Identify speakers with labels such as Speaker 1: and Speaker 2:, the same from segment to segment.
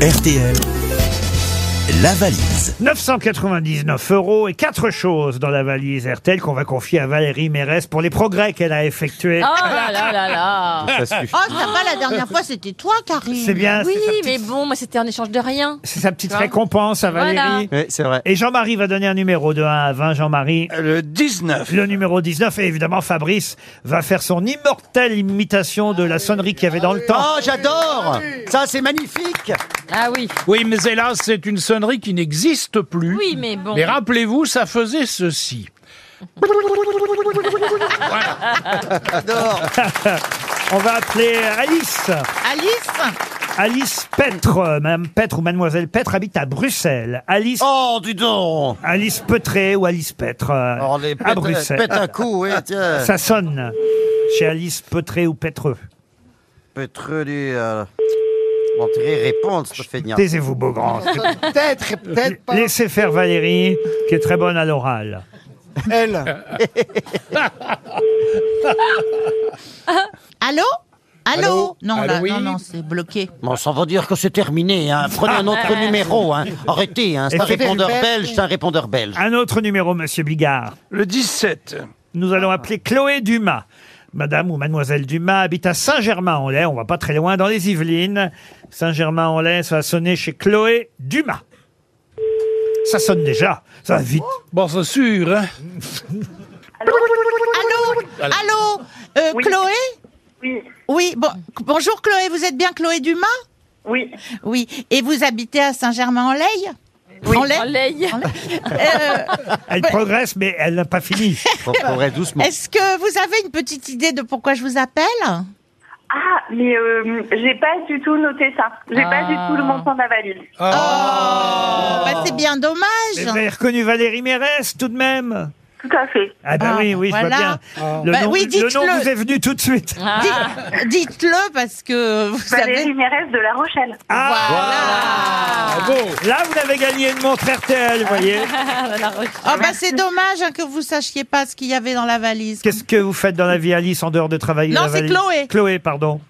Speaker 1: RTL, la valise.
Speaker 2: 999 euros et quatre choses dans la valise RTL qu'on va confier à Valérie Mérès pour les progrès qu'elle a effectués.
Speaker 3: Oh là là là là
Speaker 4: Oh, ça va, la dernière fois, c'était toi, Karine.
Speaker 2: C'est bien,
Speaker 3: Oui,
Speaker 2: c'est sa petite-
Speaker 3: mais bon, moi c'était en échange de rien.
Speaker 2: c'est sa petite récompense à Valérie.
Speaker 3: Voilà.
Speaker 5: Oui, c'est vrai.
Speaker 2: Et Jean-Marie va donner un numéro de 1 à 20, Jean-Marie.
Speaker 5: Le 19.
Speaker 2: Le numéro 19, et évidemment, Fabrice va faire son immortelle imitation de la sonnerie qu'il y avait dans le temps.
Speaker 5: Oh, j'adore Ça, c'est magnifique
Speaker 3: Ah oui.
Speaker 6: Oui, mais hélas, c'est une sonnerie qui n'existe plus.
Speaker 3: Oui, mais bon.
Speaker 6: Mais rappelez-vous, ça faisait ceci.
Speaker 5: J'adore
Speaker 2: On va appeler Alice.
Speaker 4: Alice
Speaker 2: Alice Petre. Madame Petre ou Mademoiselle Petre habite à Bruxelles. Alice,
Speaker 5: Oh, dis donc
Speaker 2: Alice Petré ou Alice Petre. euh,
Speaker 5: Oh, les
Speaker 2: à
Speaker 5: pète,
Speaker 2: Bruxelles.
Speaker 5: pète un coup, oui, tiens.
Speaker 2: Ça sonne chez Alice Petré ou Petreux.
Speaker 5: Petreux, lui... Euh... Bon, tu irais répondre, ce feignant.
Speaker 2: Taisez-vous, Beaugrand. peut-être, peut-être pas. Laissez faire Valérie, qui est très bonne à l'oral.
Speaker 4: Allô Allô,
Speaker 6: Allô
Speaker 4: Non,
Speaker 6: Allô,
Speaker 4: là,
Speaker 6: oui
Speaker 4: non, non, c'est bloqué.
Speaker 5: Bon, ça veut dire que c'est terminé, hein. Prenez un autre numéro, hein. Arrêtez, hein. C'est Ah. un répondeur belge, c'est un répondeur belge.
Speaker 2: Un autre numéro, Monsieur Bigard.
Speaker 6: Le 17.
Speaker 2: Nous allons appeler Chloé Dumas. Madame ou Mademoiselle Dumas habite à Saint-Germain-en-Laye. On va pas très loin dans les Yvelines. Saint-Germain-en-Laye, ça va sonner chez Chloé Dumas. Ça sonne déjà. Ça va vite.
Speaker 6: Bon, c'est sûr, hein.
Speaker 4: Allô Allô Euh, Chloé
Speaker 7: Oui,
Speaker 4: Oui, bon, bonjour Chloé, vous êtes bien Chloé Dumas
Speaker 7: oui,
Speaker 4: Oui, et vous habitez à Saint-Germain-en-Laye En
Speaker 3: En
Speaker 4: laye
Speaker 3: l'ail.
Speaker 4: Euh,
Speaker 2: Elle progresse, mais elle n'a pas fini.
Speaker 5: Faut courir doucement.
Speaker 4: Est-ce que vous avez une petite idée de pourquoi je vous appelle
Speaker 7: Ah, mais euh, j'ai pas du tout noté ça. J'ai
Speaker 3: Ah.
Speaker 7: pas du tout le montant de la valise.
Speaker 4: Bah, C'est bien
Speaker 2: Mais
Speaker 4: dommage.
Speaker 2: Vous avez reconnu Valérie Mérès, tout de même.
Speaker 7: Tout à fait.
Speaker 2: Ah ben
Speaker 4: Ah,
Speaker 2: oui, oui, je vois
Speaker 4: voilà.
Speaker 2: bien. Le,
Speaker 4: Bah
Speaker 2: nom,
Speaker 4: oui,
Speaker 2: le nom
Speaker 4: dites-le. Ah,
Speaker 2: vous est venu tout de suite.
Speaker 4: Dites- Dites-le parce que vous
Speaker 7: Valérie
Speaker 4: savez.
Speaker 7: Mérès de La Rochelle.
Speaker 2: Ah Là, vous avez gagné une montre RTL, vous voyez.
Speaker 4: Oh bah c'est dommage hein, que vous sachiez pas ce qu'il y avait dans la valise.
Speaker 2: Qu'est-ce que vous faites dans la vie, Alice, en dehors de travailler
Speaker 4: Non,
Speaker 2: la
Speaker 4: c'est
Speaker 2: valise
Speaker 4: Chloé.
Speaker 2: Chloé, pardon.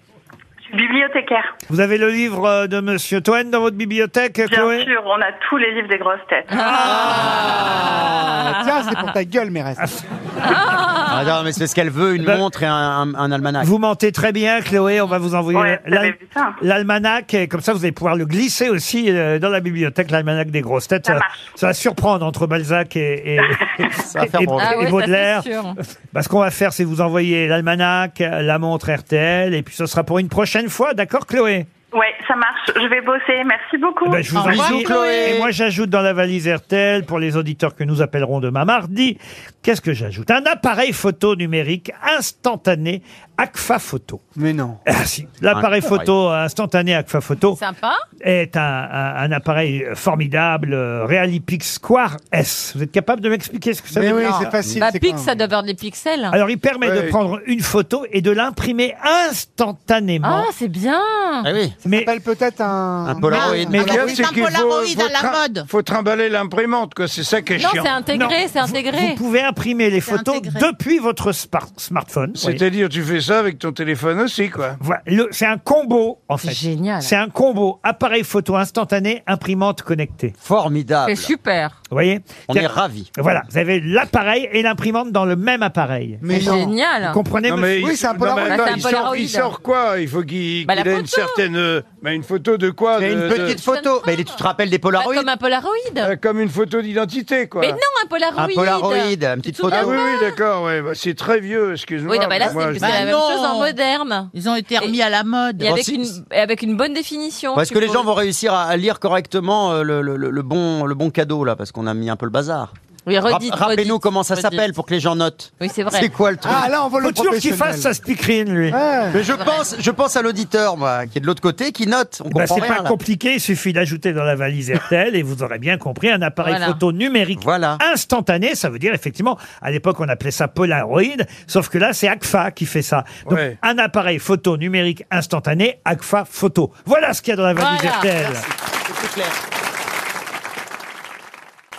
Speaker 7: Je suis bibliothécaire.
Speaker 2: Vous avez le livre euh, de Monsieur Toen dans votre bibliothèque,
Speaker 7: Bien
Speaker 2: Chloé
Speaker 7: sûr, on a tous les livres des grosses têtes.
Speaker 8: Tiens, c'est pour ta gueule, Mérès.
Speaker 5: Ah non, mais c'est ce qu'elle veut, une
Speaker 2: Ben-
Speaker 5: montre et un, un- un almanach.
Speaker 2: Vous mentez très bien, Chloé. On va vous envoyer
Speaker 7: Ouais,
Speaker 2: l'al-
Speaker 7: j'avais vu ça.
Speaker 2: l'almanach. et Comme ça, vous allez pouvoir le glisser aussi euh, dans la bibliothèque, l'almanach des grosses têtes.
Speaker 7: Ça
Speaker 2: va-
Speaker 7: marche.
Speaker 2: ça va surprendre entre Balzac et, et-
Speaker 5: va faire
Speaker 2: et-
Speaker 5: branler.
Speaker 2: et
Speaker 3: Ah ouais, ça,
Speaker 2: Baudelaire.
Speaker 3: c'est sûr.
Speaker 2: Bah, ce qu'on va faire, c'est vous envoyer l'almanach, la montre RTL, et puis ce sera pour une prochaine fois, d'accord, Chloé
Speaker 7: Ouais, ça marche. Je vais bosser. Merci beaucoup.
Speaker 2: Ben, je vous
Speaker 4: Au
Speaker 2: en
Speaker 4: revoir,
Speaker 2: prie.
Speaker 4: Chloé.
Speaker 2: Et moi, j'ajoute dans la valise RTL, pour les auditeurs que nous appellerons demain mardi, qu'est-ce que j'ajoute Un appareil photo numérique instantané ACFA Photo.
Speaker 8: Mais non.
Speaker 2: Ah, si. L'appareil
Speaker 5: Incroyable.
Speaker 2: photo euh, instantané ACFA Photo
Speaker 3: Sympa.
Speaker 2: est un, un- un appareil formidable, euh, Realipix Square S. Vous êtes capable de m'expliquer ce que ça
Speaker 8: Mais
Speaker 2: veut
Speaker 8: oui,
Speaker 2: dire
Speaker 8: c'est facile.
Speaker 3: Bah
Speaker 8: c'est
Speaker 3: pique
Speaker 8: quoi
Speaker 3: ça d'abord des pixels.
Speaker 2: Alors, il permet de
Speaker 8: Oui.
Speaker 2: prendre une photo et de l'imprimer instantanément.
Speaker 3: Ah, c'est bien.
Speaker 5: Ah oui.
Speaker 2: mais
Speaker 8: Appelle peut-être un.
Speaker 5: Un Polaroid.
Speaker 8: Mais-
Speaker 5: Ah, Mais-
Speaker 6: Eh
Speaker 2: mais
Speaker 4: Alors,
Speaker 2: Dieu,
Speaker 4: oui, c'est un Polaroid à la
Speaker 6: trim-
Speaker 4: mode.
Speaker 6: faut trimballer l'imprimante, que c'est ça qui est
Speaker 3: Non,
Speaker 6: chiant.
Speaker 3: c'est intégré, c'est
Speaker 2: vous
Speaker 3: intégré.
Speaker 2: pouvez imprimer les photos
Speaker 4: intégré.
Speaker 2: depuis votre spar- smartphone. vous voyez.
Speaker 6: C'est-à-dire, tu fais ça avec ton téléphone aussi, quoi.
Speaker 2: Voilà, le- c'est un combo en fait.
Speaker 3: C'est génial.
Speaker 2: C'est un combo appareil photo instantané, imprimante connectée.
Speaker 5: Formidable.
Speaker 3: C'est super.
Speaker 2: Vous voyez
Speaker 5: On est ravis.
Speaker 2: Voilà, vous avez l'appareil et l'imprimante dans le même appareil.
Speaker 8: Mais
Speaker 3: C'est
Speaker 8: non.
Speaker 3: génial.
Speaker 2: Vous comprenez
Speaker 6: Non, mais
Speaker 8: Oui,
Speaker 6: il-
Speaker 8: Eh ben, c'est un
Speaker 6: non,
Speaker 8: Polaroid.
Speaker 6: mais
Speaker 3: Bah, c'est
Speaker 6: attends,
Speaker 3: un
Speaker 6: il, sort,
Speaker 3: Polaroid.
Speaker 6: il sort quoi Il faut qu'il
Speaker 3: Bah,
Speaker 6: qu'il
Speaker 3: la
Speaker 6: ait une
Speaker 3: photo.
Speaker 6: certaine. euh, bah, une photo de quoi
Speaker 5: Mais
Speaker 6: de-
Speaker 5: une
Speaker 6: de-
Speaker 5: petite photo. Mais tu te rappelles des
Speaker 3: Pas
Speaker 5: Polaroids
Speaker 3: comme un Polaroid.
Speaker 6: euh, Comme une photo d'identité, quoi.
Speaker 3: Mais non, un Polaroid.
Speaker 5: Un Polaroid, une petite
Speaker 3: Tu te souviens
Speaker 6: Ah oui,
Speaker 5: photo.
Speaker 6: oui, d'accord, ouais, bah, c'est très vieux, excuse-moi.
Speaker 3: Oui, non, bah là,
Speaker 6: Moi,
Speaker 3: c'est
Speaker 6: je-
Speaker 3: c'est la
Speaker 4: Bah
Speaker 3: même
Speaker 4: non.
Speaker 3: chose en moderne.
Speaker 4: Ils ont été remis à la mode.
Speaker 3: Et avec,
Speaker 5: si-
Speaker 3: une, et avec une bonne définition.
Speaker 5: Est-ce
Speaker 3: tu
Speaker 5: que les
Speaker 3: peux-
Speaker 5: gens vont réussir à à lire correctement euh, le, le- le- le bon, le bon cadeau, là, parce qu'on a mis un peu le bazar
Speaker 3: Oui,
Speaker 5: Rap-
Speaker 3: redites,
Speaker 5: Rappelez-nous
Speaker 3: redites,
Speaker 5: comment ça
Speaker 3: redites.
Speaker 5: s'appelle pour que les gens notent.
Speaker 3: Oui, c'est
Speaker 5: C'est
Speaker 3: vrai.
Speaker 5: quoi le truc
Speaker 8: Ah, là, on
Speaker 2: Faut
Speaker 8: veut le
Speaker 2: toujours qu'il
Speaker 8: professionnel.
Speaker 2: fasse sa speakerine, lui.
Speaker 8: Ouais.
Speaker 5: Mais je pense, je pense à l'auditeur, moi, qui est de l'autre côté, qui note. On
Speaker 2: Bah,
Speaker 5: comprend
Speaker 2: c'est
Speaker 5: rien,
Speaker 2: pas
Speaker 5: là.
Speaker 2: compliqué, il suffit d'ajouter dans la valise RTL et vous aurez bien compris un appareil
Speaker 3: Voilà.
Speaker 2: photo numérique
Speaker 5: Voilà.
Speaker 2: instantané. Ça veut dire effectivement, à l'époque on appelait ça Polaroid, sauf que là c'est ACFA qui fait ça. Donc
Speaker 6: Ouais.
Speaker 2: un appareil photo numérique instantané, ACFA photo. Voilà ce qu'il y a dans la valise
Speaker 3: Voilà.
Speaker 2: RTL.
Speaker 5: C'est clair.